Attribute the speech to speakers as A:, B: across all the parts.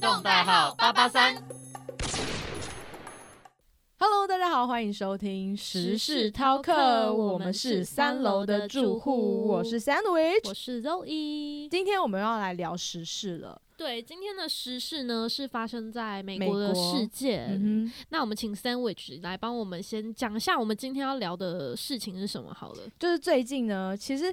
A: 动代号八八三。
B: Hello，大家好，欢迎收听时事饕客，我们是三楼的住户，我是
A: 我
B: Sandwich。
A: 是 Zoe。
B: 今天我们要来聊时事了，
A: 对，今天的时事呢是发生在美
B: 美
A: 国的
B: 国
A: 事件。
B: 嗯哼，
A: 那我们请 Sandwich 来帮我们先讲一下我们今天要聊的事情是什么好了。
B: 就是最近呢，其实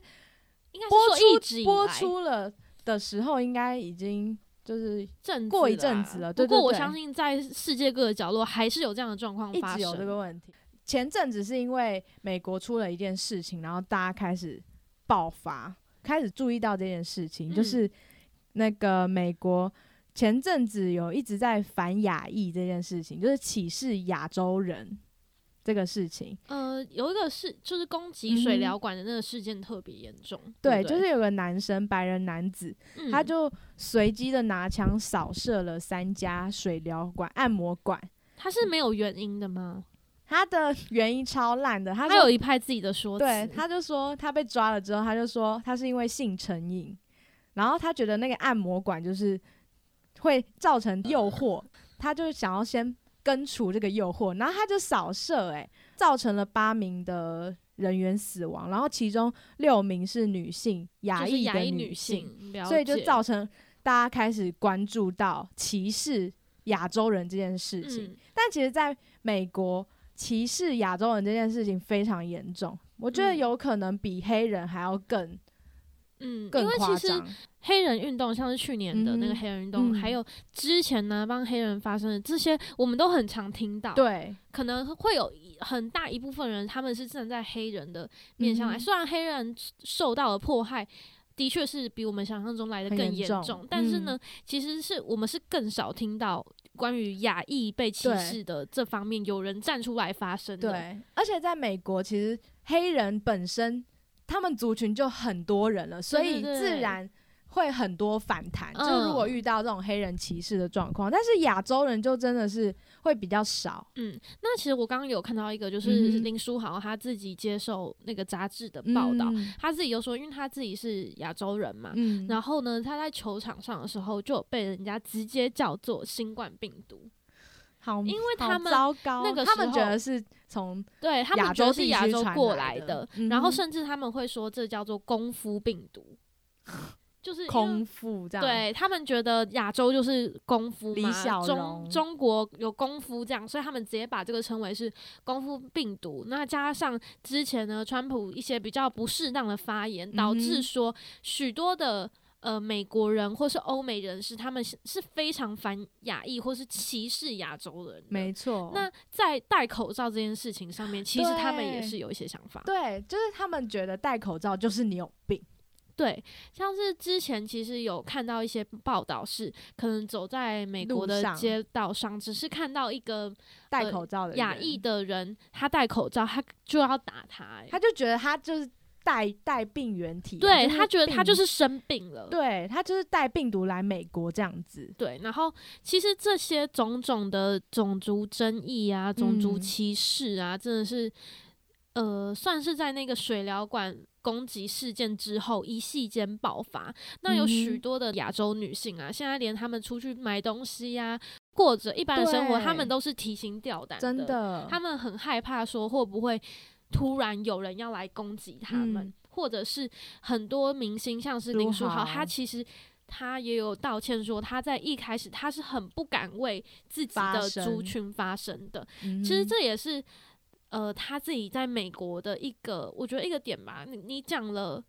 A: 应该是
B: 播
A: 说一
B: 出
A: 直以
B: 播
A: 来
B: 出了的时候，应该已经就是
A: 阵子
B: 过一
A: 啦
B: 阵子了
A: 不
B: 对
A: 过
B: 对
A: 我
B: 对
A: 相信在世界各个角落还是有这样的状况
B: 一
A: 发
B: 直有这
A: 生。
B: 个问题。前阵子是因为美国出了一件事情，然后大家开始爆发，开始注意到这件事情，
A: 嗯
B: 就是那个美国前阵子有一直在反亚裔这件事情，就是歧视亚洲人这个事情。
A: 呃，有一个是就是攻击水
B: 嗯哼
A: 疗馆的那个事件特别严重。
B: 对，
A: 对，嗯
B: 就是有个男生，白人男子，
A: 是
B: 他就随机的拿枪扫射了三家水疗馆、按摩馆。
A: 他是没有原因的吗？
B: 他的原因超烂的，他
A: 他
B: 说
A: 有一派自己的说辞。
B: 对，他就说他被抓了之后，他就说他是因为性成瘾，然后他觉得那个按摩馆就是会造成诱惑，他就想要先根除这个诱惑，然后他就扫射、欸，造成了八名的人员死亡，然后其中六名是女性，亚
A: 就是
B: 裔
A: 亚
B: 的
A: 裔
B: 女性，
A: 性，了
B: 所以就
A: 解
B: 造成大家开始关注到歧视亚洲人这件事情。
A: 嗯
B: 但其实，在美国歧视亚洲人这件事情非常严重，我觉得
A: 嗯
B: 有可能比黑人还要更、
A: 嗯，因
B: 更
A: 为
B: 夸
A: 其实
B: 张。
A: 黑人运动，像是去年的那个
B: 嗯哼
A: 黑人运动，
B: 嗯
A: 还有之前呢帮黑人发生的这些，我们都很常听到。，
B: 对，
A: 可能会有一很大一部分人，他们是站在黑人的面向来，
B: 嗯哼
A: 虽然黑人受到的迫害。的确是比我们想象中来的
B: 很
A: 更
B: 严
A: 严
B: 重嗯
A: 但是呢，其实是我们是更少听到关于亚裔被歧
B: 对
A: 视的这方面有人站出来发声的。
B: 对，而且在美国，其实黑人本身他们族群就很多人了，所以
A: 对
B: 自然会很多反弹。
A: 嗯
B: 就如果遇到这种黑人歧视的状况，但是亚洲人就真的是会比较少。
A: 嗯，那其实我刚刚有看到一个，就是
B: 嗯哼
A: 林书豪他自己接受那个杂志的报道，
B: 嗯
A: 他自己就说，因为他自己是亚洲人嘛，
B: 嗯，
A: 然后呢，他在球场上的时候就有被人家直接叫做新冠病毒，
B: 好，
A: 因为
B: 好
A: 他们
B: 糟糕，
A: 那个
B: 他
A: 时
B: 们
A: 候
B: 觉得是从
A: 对他
B: 亚
A: 们觉得
B: 洲
A: 是
B: 地
A: 亚
B: 区
A: 洲
B: 传
A: 过
B: 来
A: 来
B: 的
A: 的，
B: 嗯
A: 然后
B: 哼
A: 甚至他们会说这叫做功夫病 毒，就是因为
B: 空腹这样，
A: 对他们觉得亚洲就是功夫
B: 李
A: 嘛，
B: 小
A: 中
B: 龙
A: 中国有功夫这样，所以他们直接把这个称为是功夫病毒。那加上之前呢，川普一些比较不适当的发言，导
B: 嗯
A: 致
B: 哼
A: 说许多的。呃，美国人或是欧美人士，他们是是非常反亚裔或是歧视亚洲人的。
B: 没错。
A: 那在戴口罩这件事情上面，其实他们也
B: 对
A: 是有一些想法。
B: 对，就是他们觉得戴口罩就是你有病。
A: 对，像是之前其实有看到一些报道是，可能走在美国
B: 路
A: 的
B: 上
A: 街道上，只是看到一个
B: 戴口罩的
A: 呃亚
B: 人
A: 裔，的人，他戴口罩，他就要打他、欸，
B: 他就觉得他就是带带病原体啊，
A: 对
B: 就是
A: 他觉得他就
B: 病
A: 是生病了。
B: 对他就是带病毒来美国这样子。
A: 对，然后其实这些种种的种族争议啊、种族
B: 嗯
A: 歧视啊，真的是，呃，算是在那个水疗馆攻击事件之后一夕间爆发。那有
B: 嗯
A: 许
B: 哼
A: 多的亚洲女性啊，现在连她们出去买东西呀、过着一般的生活，她们
B: 对
A: 都是提心吊胆
B: 真
A: 的，
B: 的，
A: 她们很害怕说会不会突然有人要来攻击她们。
B: 嗯
A: 或者是很多明星，像是
B: 如
A: 林书豪，
B: 豪
A: 他其实他也有道歉说，他在一开始他是很不敢为自己
B: 发
A: 的
B: 声
A: 族群发声的。
B: 嗯
A: 其实这也是呃他自己在美国的一个，我觉得一个点吧。你你讲了，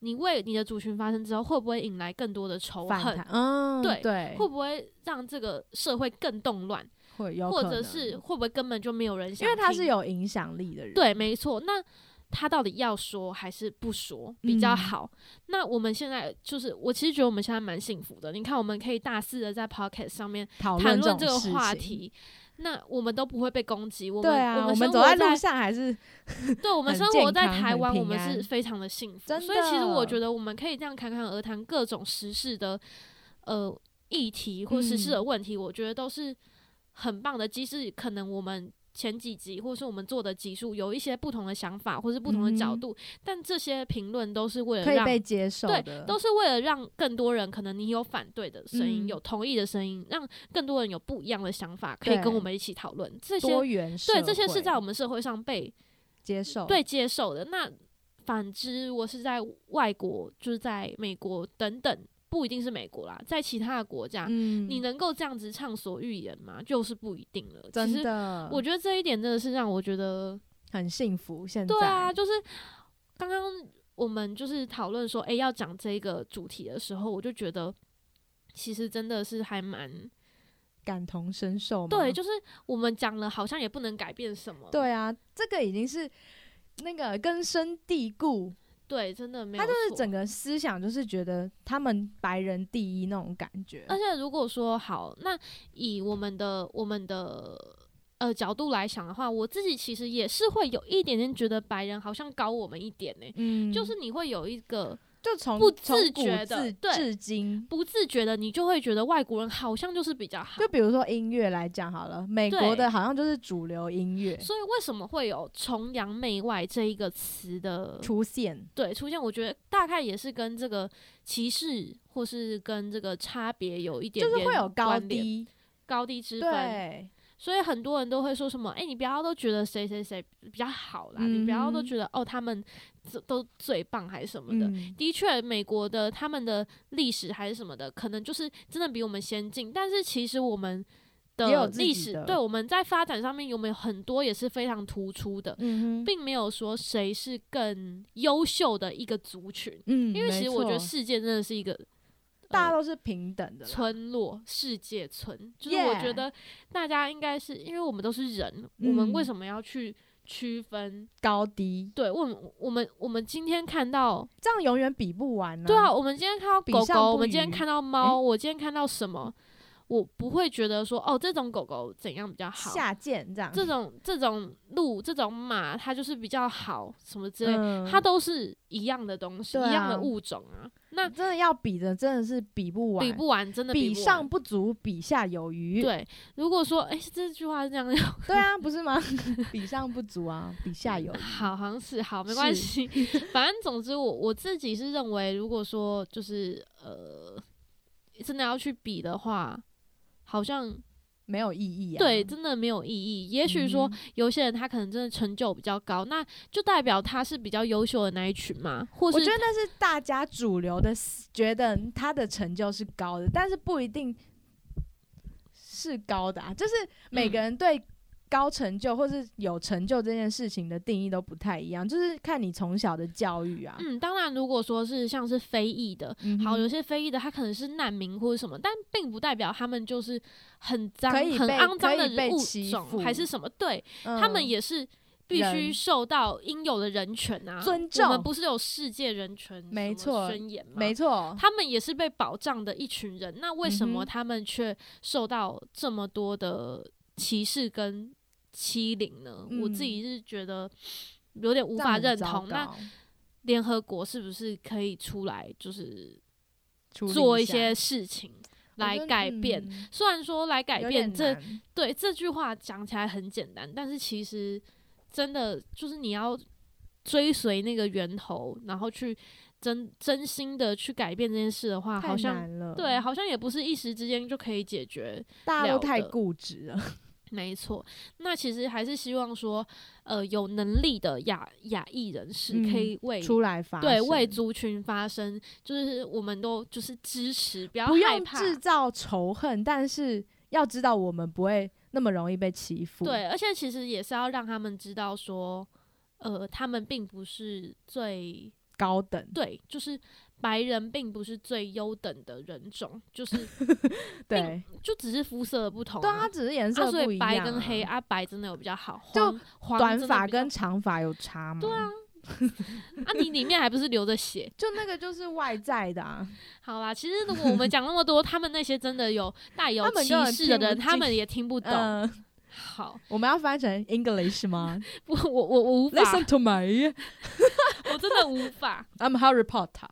A: 你为你的族群发声之后，会不会引来更多的仇
B: 反
A: 恨
B: 弹，？嗯，
A: 对
B: 对，
A: 会不会让这个社会更动乱，
B: 会有
A: 或
B: 可
A: 者
B: 能
A: 是会不会根本就没有人想
B: 因
A: 听？
B: 为他是有影响力的人，
A: 对，没错。那他到底要说还是不说比较
B: 嗯
A: 好？那我们现在就是，我其实觉得我们现在蛮幸福的。你看，我们可以大肆的在 Pocket 上面
B: 讨
A: 谈论
B: 论
A: 这
B: 种
A: 个
B: 事
A: 话
B: 情。
A: 题。那我们都不会被攻击，我们
B: 对啊，
A: 我
B: 我们
A: 生
B: 走
A: 活在
B: 路上还是
A: 对我们
B: 很
A: 生
B: 健
A: 活在
B: 康
A: 台
B: 很
A: 湾，我
B: 平
A: 们是
B: 安
A: 非常的幸福。
B: 真
A: 所以其实我
B: 的
A: 觉得我们可以这样侃侃而谈各种时事的呃
B: 嗯
A: 议题或时事的问题，我觉得都是很棒的。即使可能我们前几集或是我们做的集数有一些不同的想法或是不同的角度，但这些评论都是为了
B: 嗯可以
A: 让
B: 被接受的，
A: 对，都是为了让更多人，可能你有反对的声音，
B: 嗯
A: 有同意的声音，让更多人有不一样的想法，可以跟
B: 对
A: 我们一起讨论这些。
B: 多元社
A: 对，
B: 会，
A: 这些是在我们社会上被
B: 接受，
A: 对接受的。那反之，我是在外国，就是在美国等等，不一定是美国啦，在其他的国家，
B: 嗯，
A: 你能够这样子畅所欲言吗？就是不一定了。其
B: 真
A: 实，
B: 的，
A: 我觉得这一点真的是让我觉得
B: 很幸福。现在
A: 对啊，，就是刚刚我们就是讨论说，诶，要讲这个主题的时候，我就觉得其实真的是还蛮
B: 感同身受嘛，
A: 对，就是我们讲了，好像也不能改变什么。
B: 对啊，这个已经是那个根深蒂固，
A: 对，真的没有
B: 他
A: 错。
B: 就是整个思想就是觉得他们白人第一那种感觉，
A: 而且如果说好，那以我们的我们的呃角度来想的话，我自己其实也是会有一点点觉得白人好像高我们一点呢、
B: 嗯，
A: 就是你会有一个
B: 就从
A: 不
B: 从
A: 自
B: 古
A: 觉的
B: 至
A: 对
B: 至今。
A: 不自觉的，你就会觉得外国人好像就是比较好
B: 就。比如说音乐来讲好了，美
A: 对
B: 国的好像就是主流音乐
A: 所以为什么会有“崇洋媚外”这一个词的
B: 出现，
A: 对出现？我觉得大概也是跟这个歧视或是跟这个差别有一点
B: 就是
A: 点
B: 会有高
A: 关联
B: 低，
A: 高低之分。
B: 对，
A: 所以很多人都会说什么：“哎、你不要都觉得谁谁谁比较好啦，你不要都觉得哦他们这都最棒还是什么的。
B: 嗯
A: 的确，美国的他们的历史还是什么的，可能就是真的比我们先进，但是其实我们。
B: 也有
A: 的
B: 自己
A: 历史
B: 的
A: 对我们在发展上面有没有很多也是非常突出的，
B: 嗯哼，
A: 并没有说谁是更优秀的一个族群，
B: 嗯，
A: 因为其
B: 没
A: 实我觉得
B: 错
A: 世界真的是一个、呃
B: 大家都是平等的啦，
A: 村落、世界村，就是我
B: Yeah
A: 觉得大家应该是因为我们都是人，我们
B: 嗯
A: 为什么要去区分？
B: 高低，
A: 对，我们我们我们今天看到，
B: 这样永远比不完呢、
A: 对啊，，我们今天看到
B: 比
A: 狗
B: 上不
A: 狗，我们今天
B: 语
A: 看到猫，我今天看到什么，我不会觉得说哦，这种狗狗怎样比较好。
B: 下贱这样，
A: 这种这种鹿这种马，它就是比较好什么之类的，
B: 嗯
A: 它都是一样的东西，
B: 对啊
A: 一样的物种啊。那
B: 真的要比的，真的是比不完，
A: 比不完，真的
B: 比
A: 不完
B: 上。不足，比下有余，
A: 对，如果说哎、这句话是这样，
B: 对啊，不 是吗？比上不足啊，比下有余，
A: 好，好像是好，没关系。
B: 是
A: 反正总之我，我自己是认为，如果说就是呃，真的要去比的话，好像
B: 没有意义啊，
A: 对，真的没有意义。也许说
B: 嗯哼
A: 有些人他可能真的成就比较高，那就代表他是比较优秀的那一群嘛，或
B: 我觉
A: 是
B: 得那是大家主流的思，觉得他的成就是高的，但是不一定是高的啊。就是每
A: 嗯
B: 个人对高成就或是有成就这件事情的定义都不太一样，就是看你从小的教育啊。
A: 嗯，当然，如果说是像是非裔的，
B: 嗯哼
A: 好，有些非裔的他可能是难民或者什么，但并不代表他们就是很脏、
B: 可以
A: 很
B: 被
A: 肮脏
B: 可
A: 的
B: 以被
A: 物
B: 欺
A: 种
B: 负
A: 还是什么，对。
B: 嗯
A: 他们也是必须
B: 人
A: 受到应有的人权啊，
B: 尊
A: 我们
B: 重
A: 不是有世界人权
B: 没
A: 什么
B: 错
A: 宣言吗？
B: 没错，
A: 他们也是被保障的一群人，那为什么
B: 嗯哼
A: 他们却受到这么多的歧视跟欺凌呢？我自
B: 嗯
A: 己是觉得有点无
B: 无
A: 法认同。那联合国是不是可以出来，就是做一些事情来改变？
B: 嗯
A: 虽然说来改变这对这句话讲起来很简单，但是其实真的就是你要追随那个源头，然后去真真心的去改变这件事的话，好
B: 好
A: 像
B: 像了，
A: 对，，好像也不是一时之间就可以解决。
B: 大家
A: 了
B: 都太
A: 的
B: 固执了，
A: 没错，那其实还是希望说，呃，有能力的亚亚裔人士
B: 嗯
A: 可以为、
B: 出来发
A: 对为
B: 声
A: 族群发声，就是我们都就是支持，不要
B: 不
A: 害
B: 用
A: 怕。
B: 制造仇恨，但是要知道我们不会那么容易被欺负。，
A: 对，而且其实也是要让他们知道说，呃，他们并不是最
B: 高等，
A: 对，就是白人并不是最优等的人种，就是
B: 对，
A: 就只是肤色的不同、
B: 对啊，只是颜色
A: 啊所
B: 不
A: 以
B: 一样啊、
A: 白跟黑啊，白真的有比较好，
B: 就
A: 黄黄
B: 短
A: 真的
B: 发
A: 比较
B: 跟长发有差吗？
A: 对啊，啊，你里面还不是流着血？
B: 就那个就是外在的啊，
A: 好啦，其实如果我们讲那么多，他们那些真的有带有
B: 他们
A: 歧
B: 根本
A: 视的
B: 听不
A: 人，他
B: 进
A: 们也听不懂。
B: 嗯、
A: 好，
B: 我们要翻成 English 吗
A: 不，我我我无法
B: ？Listen to me，
A: 我真的无法。
B: I'm Harry Potter，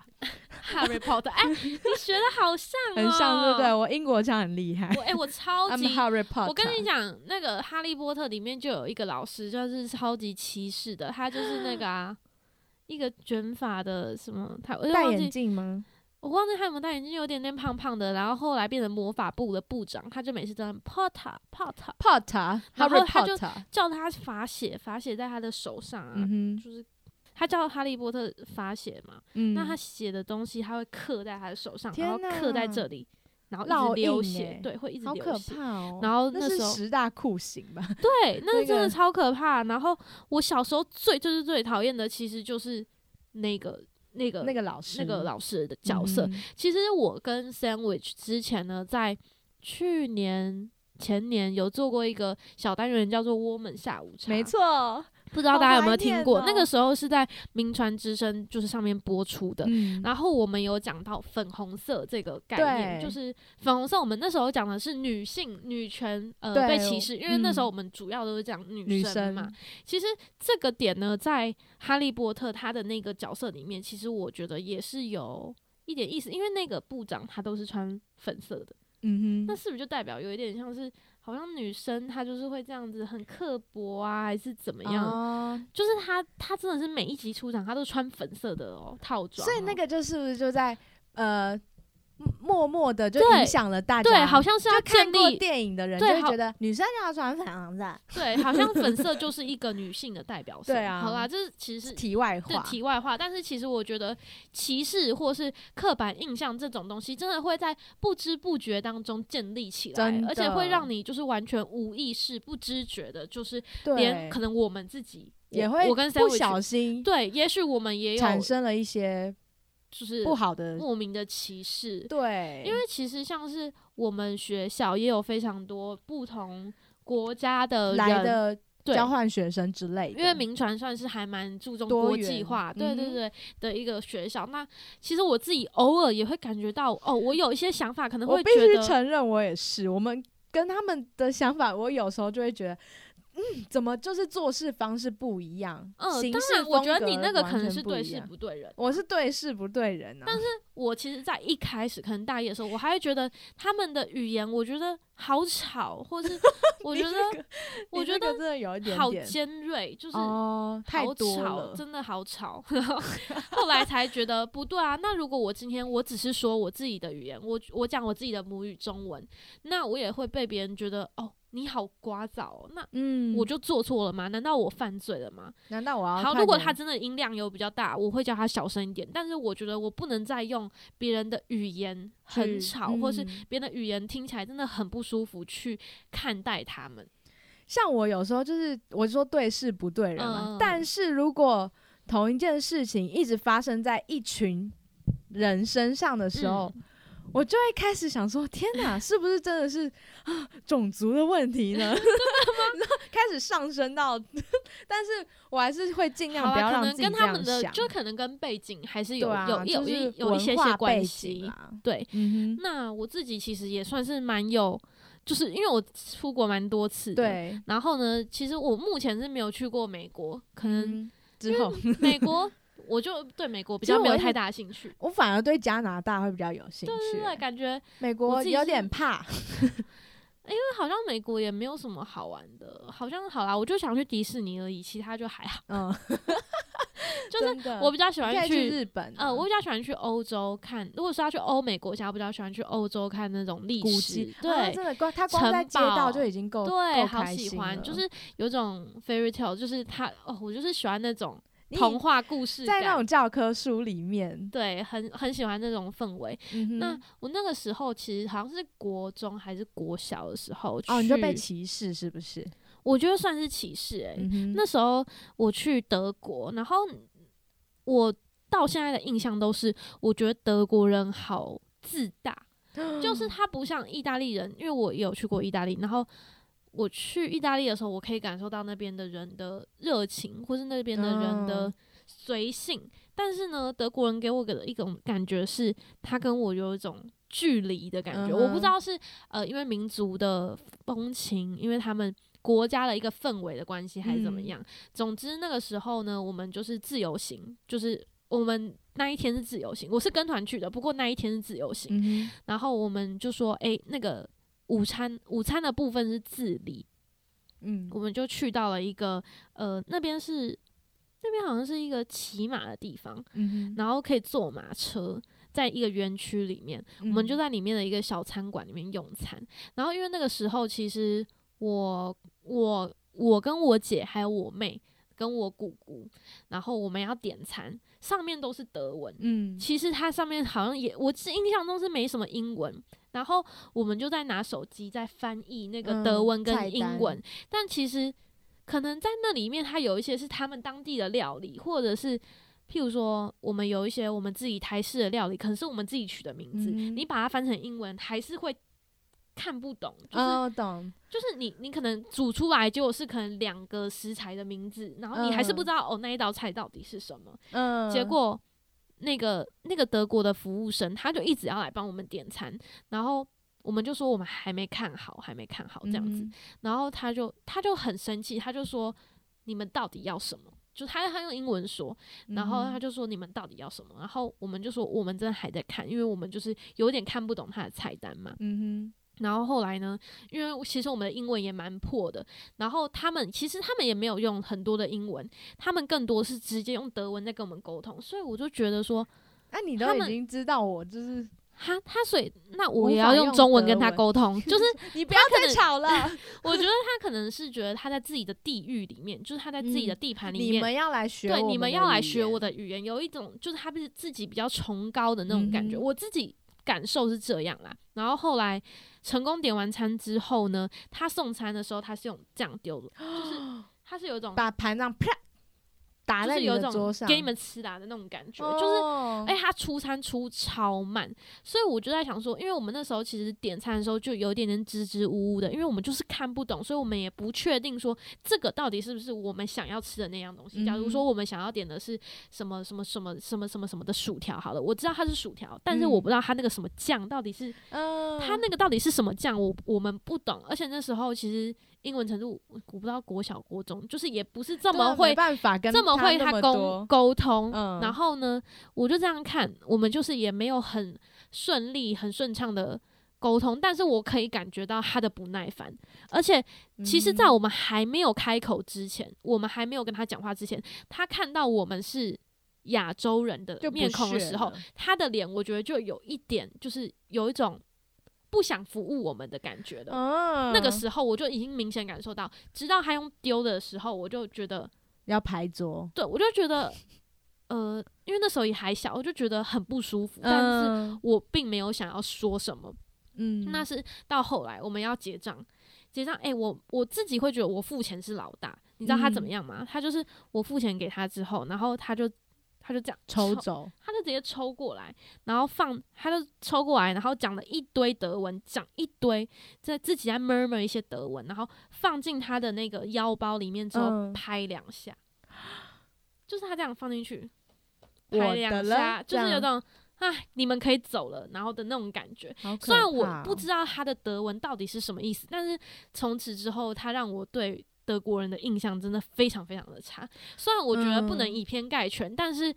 A: Harry Potter，哎、你学的好像、哦，
B: 很像对不对？？我英国腔很厉害。
A: 我哎、我超
B: I'm
A: 级
B: Harry Potter。
A: 我跟你讲，那个《哈利波特》里面就有一个老师，就是超级歧视的，他就是那个啊，一个卷发的什么，他我就
B: 戴
A: 忘
B: 眼
A: 记，
B: 镜吗？
A: 我忘记他有没有戴眼镜，有点点胖胖的，然后后来变成魔法部的部长，他就每次都很 Potter Potter，然后
B: Potter，Harry
A: 他就
B: Potter，
A: 叫他罚写，罚写在他的手上啊，
B: 嗯哼，
A: 就是他叫哈利波特罚写嘛，
B: 嗯，
A: 那他写的东西他会刻在他的手上，
B: 天
A: 然后刻在
B: 哪
A: 这里，然后一
B: 烙
A: 直流
B: 印
A: 血，
B: 欸
A: 对，会一直
B: 好
A: 流
B: 可
A: 血。
B: 怕哦。
A: 然后
B: 那
A: 时
B: 是
A: 候
B: 十大酷刑吧？
A: 对，那
B: 那
A: 是真
B: 个
A: 的超可怕。然后我小时候最最最最讨厌的，其实就是那个那个
B: 那个老师，
A: 呃那个老师的角色。
B: 嗯哼，
A: 其实我跟 Sandwich 之前呢，在去年前年有做过一个小单元，叫做“我们下午茶”。
B: 没，错。
A: 不知道大家有没有听过？
B: 好怀念
A: 那
B: 哦
A: 个时候是在名传之声，就是上面播出的。
B: 嗯，
A: 然后我们有讲到粉红色这个概念，
B: 对
A: 就是粉红色。我们那时候讲的是女性女权呃
B: 对
A: 被歧视，因为那时候
B: 嗯
A: 我们主要都是讲女
B: 女
A: 生
B: 生
A: 嘛。其实这个点呢，在哈利波特他的那个角色里面，其实我觉得也是有一点意思，因为那个部长他都是穿粉色的，
B: 嗯
A: 那
B: 哼，
A: 是不是就代表有一点像是好像女生她就是会这样子很刻薄啊，还是怎么样？
B: 哦，
A: 就是她她真的是每一集出场她都穿粉色的哦套装哦、
B: 所以那个就是不是就在呃默默的就
A: 对
B: 影响了大家？
A: 对，好像是要
B: 就看
A: 建
B: 过
A: 立
B: 电影的人就
A: 对
B: 会
A: 好
B: 觉得女生就要穿粉红色，
A: 对，好像粉色就是一个女性的代表色。
B: 对啊
A: 好啦，这是其实
B: 是
A: 是
B: 题外
A: 这
B: 话。
A: 题外话，但是其实我觉得歧视或是刻板印象这种东西，真的会在不知不觉当中建立起来
B: 真，的
A: 而且会让你就是完全无意识、不知觉的，就是连
B: 对
A: 可，能我们自己
B: 也
A: 我
B: 会
A: 我跟
B: 不
A: Sandwich-
B: 小心
A: 对，也许我们也有
B: 产生了一些
A: 就是
B: 不好的，
A: 莫名的歧视，
B: 对，
A: 因为其实像是我们学校也有非常多不同国家的
B: 来
A: 人
B: 的
A: 对
B: 交换学生之类的，
A: 因为民传算是还蛮注重
B: 多
A: 国
B: 元
A: 际化，对
B: 嗯
A: 对
B: 哼
A: 对的一个学校。那其实我自己偶尔也会感觉到，哦，我有一些想法可能
B: 我
A: 会
B: 必
A: 觉
B: 须
A: 得，
B: 承认，我也是。我们跟他们的想法，我有时候就会觉得，嗯，怎么就是做事方式不一样？
A: 嗯，
B: 行
A: 当
B: 事
A: 然，我
B: 风
A: 觉得你
B: 格
A: 那个
B: 完
A: 可能
B: 全
A: 是
B: 不
A: 对
B: 一
A: 事
B: 样
A: 不对人。
B: 我是对事不对 人啊。但是
A: 我其实，在一开始可能大一的时候，我还会觉得他们的语言，我觉得好吵，或 是我觉得我觉
B: 真的有一点
A: 得好
B: 点
A: 尖锐，就是
B: 哦，太
A: 好
B: 多
A: 吵，
B: 了，
A: 真的好吵。 然后后来才觉得不对啊。那如果我今天我只是说我自己的语言，我我讲我自己的母语中文，那我也会被别人觉得哦，你好聒噪、哦。那
B: 嗯，
A: 我就做错了吗？难道我犯罪了吗？
B: 难道我要
A: 好，
B: 看
A: 如果
B: 着
A: 他真的音量有比较大，我会叫他小声一点。但是我觉得我不能再用别人的语言很
B: 去
A: 吵，或是
B: 嗯
A: 别人的语言听起来真的很不舒服去看待他们。
B: 像我有时候就是我说对事不对人嘛，
A: 嗯
B: 但是如果同一件事情一直发生在一群人身上的时候，
A: 嗯
B: 我就会开始想说：天哪，是不是真的是啊种族的问题呢？然 后开始上升到，但是我还是会尽量
A: 好啊
B: 不要
A: 啦，可
B: 让
A: 能
B: 自己
A: 跟
B: 这
A: 他们
B: 样
A: 的
B: 想。
A: 就可能跟背景还是有、
B: 对
A: 有有
B: 啊，就
A: 有
B: 是
A: 一有一些些
B: 文化
A: 关
B: 背景啊
A: 系。
B: 啦
A: 对，
B: 嗯哼，
A: 那我自己其实也算是蛮有，就是因为我出国蛮多次的。。
B: 对，
A: 然后呢，其实我目前是没有去过美国，可能
B: 嗯，之后
A: 美国我就对美国比
B: 其实
A: 较没有
B: 我是
A: 太大兴趣。
B: 我反而对加拿大会比较有兴
A: 对对
B: 趣
A: 对，
B: 欸，
A: 感觉
B: 美
A: 我
B: 国
A: 自己
B: 有
A: 是
B: 点 怕。
A: 因为好像美国也没有什么好玩的，好像好啦，我就想去迪士尼而已，其他就还好。
B: 嗯，
A: 就是
B: 真的
A: 我比较喜欢
B: 呃你可以去日本啊，
A: 呃，我比较喜欢去欧洲看。如果是要去欧美国家，我比较喜欢去欧洲看那种历
B: 古
A: 史
B: 迹，
A: 对、
B: 啊真的光他光
A: 城
B: 在街
A: 堡
B: 道就已经够
A: 对，
B: 够
A: 好
B: 开
A: 喜
B: 心
A: 欢，
B: 了
A: 就是有种 fairy tale，就是它哦，我就是喜欢那种
B: 你
A: 童话故事
B: 在那
A: 感
B: 种教科书里面，
A: 对，很很喜欢那种氛围。
B: 嗯
A: 那
B: 哼
A: 我那个时候其实好像是国中还是国小的时候去，
B: 哦，你就被歧视是不是？
A: 我觉得算是歧视欸诶、
B: 嗯哼
A: 那时候我去德国，然后我到现在的印象都是，我觉得德国人好自 大，就是他不像意大利人，因为我也有去过意大利，然后我去意大利的时候，我可以感受到那边的人的热情，或是那边的人的
B: 嗯
A: 随性。但是呢，德国人给我的一种感觉是，他跟我有一种距离的感觉。
B: 嗯哼
A: 我不知道是呃，因为民族的风情，因为他们国家的一个氛围的关系，还是怎么样、嗯？总之那个时候呢，我们就是自由行，就是我们那一天是自由行，我是跟团去的，不过那一天是自由行。嗯、然后我们就说，哎、欸，那个午餐午餐的部分是自理，嗯，我们就去到了一个呃那边是那边好像是一个骑马的地方，嗯、然后可以坐马车。在一个园区里面，我们
B: 嗯
A: 就在里面的一个小餐馆里面用餐、嗯。然后因为那个时候，其实我、我、我跟我姐还有我妹跟我姑姑，然后我们要点餐，上面都是德文。嗯，其实它上面好像也，我印象中是没什么英文。然后我们就在拿手机在翻译那个德文跟英文，嗯、但其实可能在那里面，它有一些是他们当地的料理，或者是。譬如说，我们有一些我们自己台式的料理，可是我们自己取的名字，嗯、你把它翻成英文还是会看不懂。就是、
B: 哦，懂。
A: 就是你，你可能煮出来结果是可能两个食材的名字，然后你还是不知道、嗯、哦那一道菜到底是什么。嗯。结果那个那个德国的服务生他就一直要来帮我们点餐，然后我们就说我们还没看好，还没看好这样子，嗯、然后他就他就很生气，他就说你们到底要什么？就他他用英文说，然后他就说你们到底要什么？嗯、然后我们就说我们真的还在看，因为我们就是有点看不懂他的菜单嘛。嗯哼。然后后来呢，因为其实我们的英文也蛮破的，然后他们其实他们也没有用很多的英文，他们更多是直接用德文在跟我们沟通，所以我就觉得说，
B: 那、啊、你都已经知道我就是。
A: 他他所以那我也要用中文跟他沟 通，就是
B: 你不要再吵了。
A: 我觉得他可能是觉得他在自己的地域里面，就是他在自己的地盘里面、嗯，
B: 你们要来学，
A: 对，你们要来学我的语言，有一种就是他自己比较崇高的那种感觉、嗯。我自己感受是这样啦。然后后来成功点完餐之后呢，他送餐的时候他是用这样丢的，就是 他是有一种
B: 把盘上啪。打在
A: 哦有
B: 桌上，嗯
A: 给你们吃啦的那种感觉，哦、就是哎、欸，他出餐出超慢，所以我就在想说，因为我们那时候其实点餐的时候就有点点支支吾吾的，因为我们就是看不懂，所以我们也不确定说这个到底是不是我们想要吃的那样东西。假如说我们想要点的是什么什么什么什么什么什么的薯条，好了，我知道它是薯条，但是我不知道它那个什么酱到底是，嗯，它那个到底是什么酱，我我们不懂，而且那时候其实。英文程度我不知道国小国中，就是也不是这么会，
B: 啊办法跟
A: 这么会他沟沟通、
B: 嗯。
A: 然后呢，我就这样看，我们就是也没有很顺利、很顺畅的沟通，但是我可以感觉到他的不耐烦。而且，其实，
B: 嗯
A: 在我们还没有开口之前、嗯，我们还没有跟他讲话之前，他看到我们是亚洲人的面孔的时候，他的脸我觉得就有一点，就是有一种。不想服务我们的感觉
B: 嗯
A: 的、哦，那个时候我就已经明显感受到。直到他用丢的时候，我就觉得
B: 要排桌。
A: 对，我就觉得，呃，因为那时候也还小，我就觉得很不舒服，嗯、但是我并没有想要说什么。嗯，那是到后来我们要结账，结账，哎、欸，我我自己会觉得我付钱是老大，你知道他怎么样吗？嗯、他就是我付钱给他之后，然后他就。他就这样
B: 抽走，
A: 他就直接抽过来，然后放，他就抽过来，然后讲了一堆德文，讲一堆，在自己在 murmur 一些德文，然后放进他的那个腰包里面之后拍两下、嗯，就是他这样放进去，拍两下，就是有种哎，你们可以走了，然后的那种感觉、
B: 哦。
A: 虽然我不知道他的德文到底是什么意思，但是从此之后，他让我对。德国人的印象真的非常非常的差，虽然我觉得不能以偏概全，嗯、但是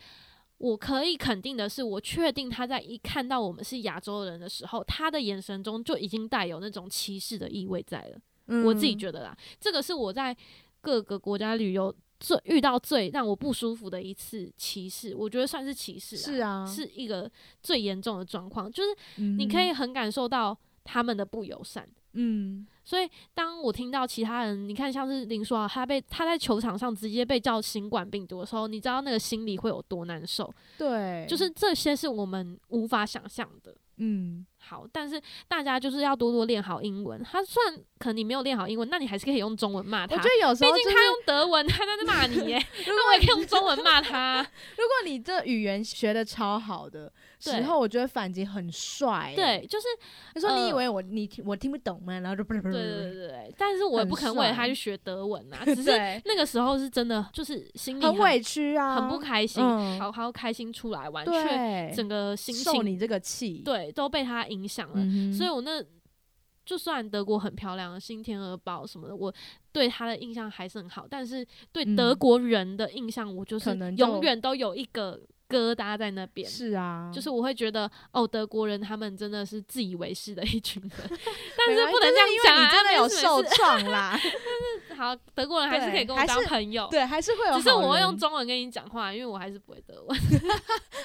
A: 我可以肯定的是，我确定他在一看到我们是亚洲人的时候，他的眼神中就已经带有那种歧视的意味在了。嗯、我自己觉得啦，这个是我在各个国家旅游最遇到最让我不舒服的一次歧视，我觉得算是歧视，
B: 是啊，嗯
A: 是一个最严重的状况，就是你可以很感受到他们的不友善。嗯，所以当我听到其他人，你看像是林书豪，他被他在球场上直接被叫新冠病毒的时候，你知道那个心里会有多难受？
B: 对，
A: 就是这些是我们无法想象的。嗯，好，但是大家就是要多多练好英文。他虽然可能你没有练好英文，那你还是可以用中文骂他。
B: 我觉得有时候、就
A: 毕
B: 是，
A: 竟他用德文，他在那骂你 耶。如果我也可以用中文骂他，
B: 如果你这语言学的超好的时候，我觉得反击很帅。
A: 对，就是
B: 你说你以为我、呃、你我听不懂吗？然后就
A: 对对嗯对对。但是我也不可能为了他去学德文 啊。只是那个时候是真的，就是心里
B: 很委屈啊，
A: 很不开心，嗯、好好开心出来玩，却整个心情
B: 你这个气。嗯
A: 对。都被他影响了、嗯，所以我那就算德国很漂亮，新天鹅堡什么的，我对他的印象还是很好，但是对德国人的印象，我就
B: 嗯可
A: 是
B: 能就
A: 永远都有一个疙瘩在那边。
B: 是啊，
A: 就是我会觉得，哦，德国人他们真的是自以为是的一群人， 但
B: 没
A: 是
B: 关系
A: 不能这样
B: 就是因为
A: 讲啊，
B: 你真的有
A: 没事没
B: 受
A: 事
B: 创 啦。
A: 好，德国人还是可以跟我
B: 对还
A: 当
B: 是
A: 朋友，
B: 对，还是会有好
A: 只
B: 人。
A: 是我会用中文跟你讲话，因为我还是不会 德文，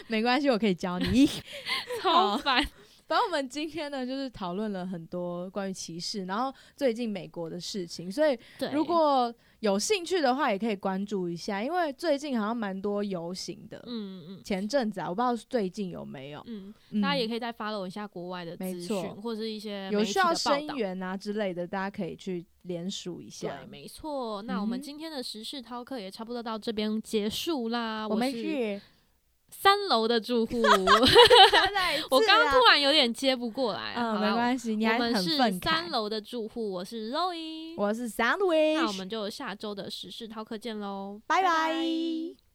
B: 没关系，我可以教你。
A: 超烦。
B: 反正我们今天呢，就是讨论了很多关于歧视，然后最近美国的事情，所以
A: 对，
B: 如果有兴趣的话，也可以关注一下，因为最近好像蛮多游行的。
A: 嗯嗯
B: 前阵子啊，我不知道最近有没有，
A: 嗯，
B: 嗯
A: 大家也可以再 follow 一下国外的
B: 没
A: 资
B: 错
A: 讯，或是一些呃
B: 有
A: 媒体
B: 需要
A: 的报
B: 声
A: 道。
B: 援啊之类的，大家可以去联署一下
A: 对，。没错。那我
B: 嗯
A: 们
B: 哼
A: 今天的时事饕客也差不多到这边结束啦。
B: 我们
A: 是
B: 是，
A: 三楼的住 户， 我
B: 我
A: 刚刚突然有点接不过来，
B: 嗯，
A: 好
B: 没
A: 啦
B: 关系，你还
A: 我们
B: 很
A: 是
B: 愤
A: 三
B: 慨。
A: 楼的住户，我是 Zoe，
B: 我是 Sandwich，
A: 那我们就下周的时事饕客见喽，
B: 拜拜
A: 拜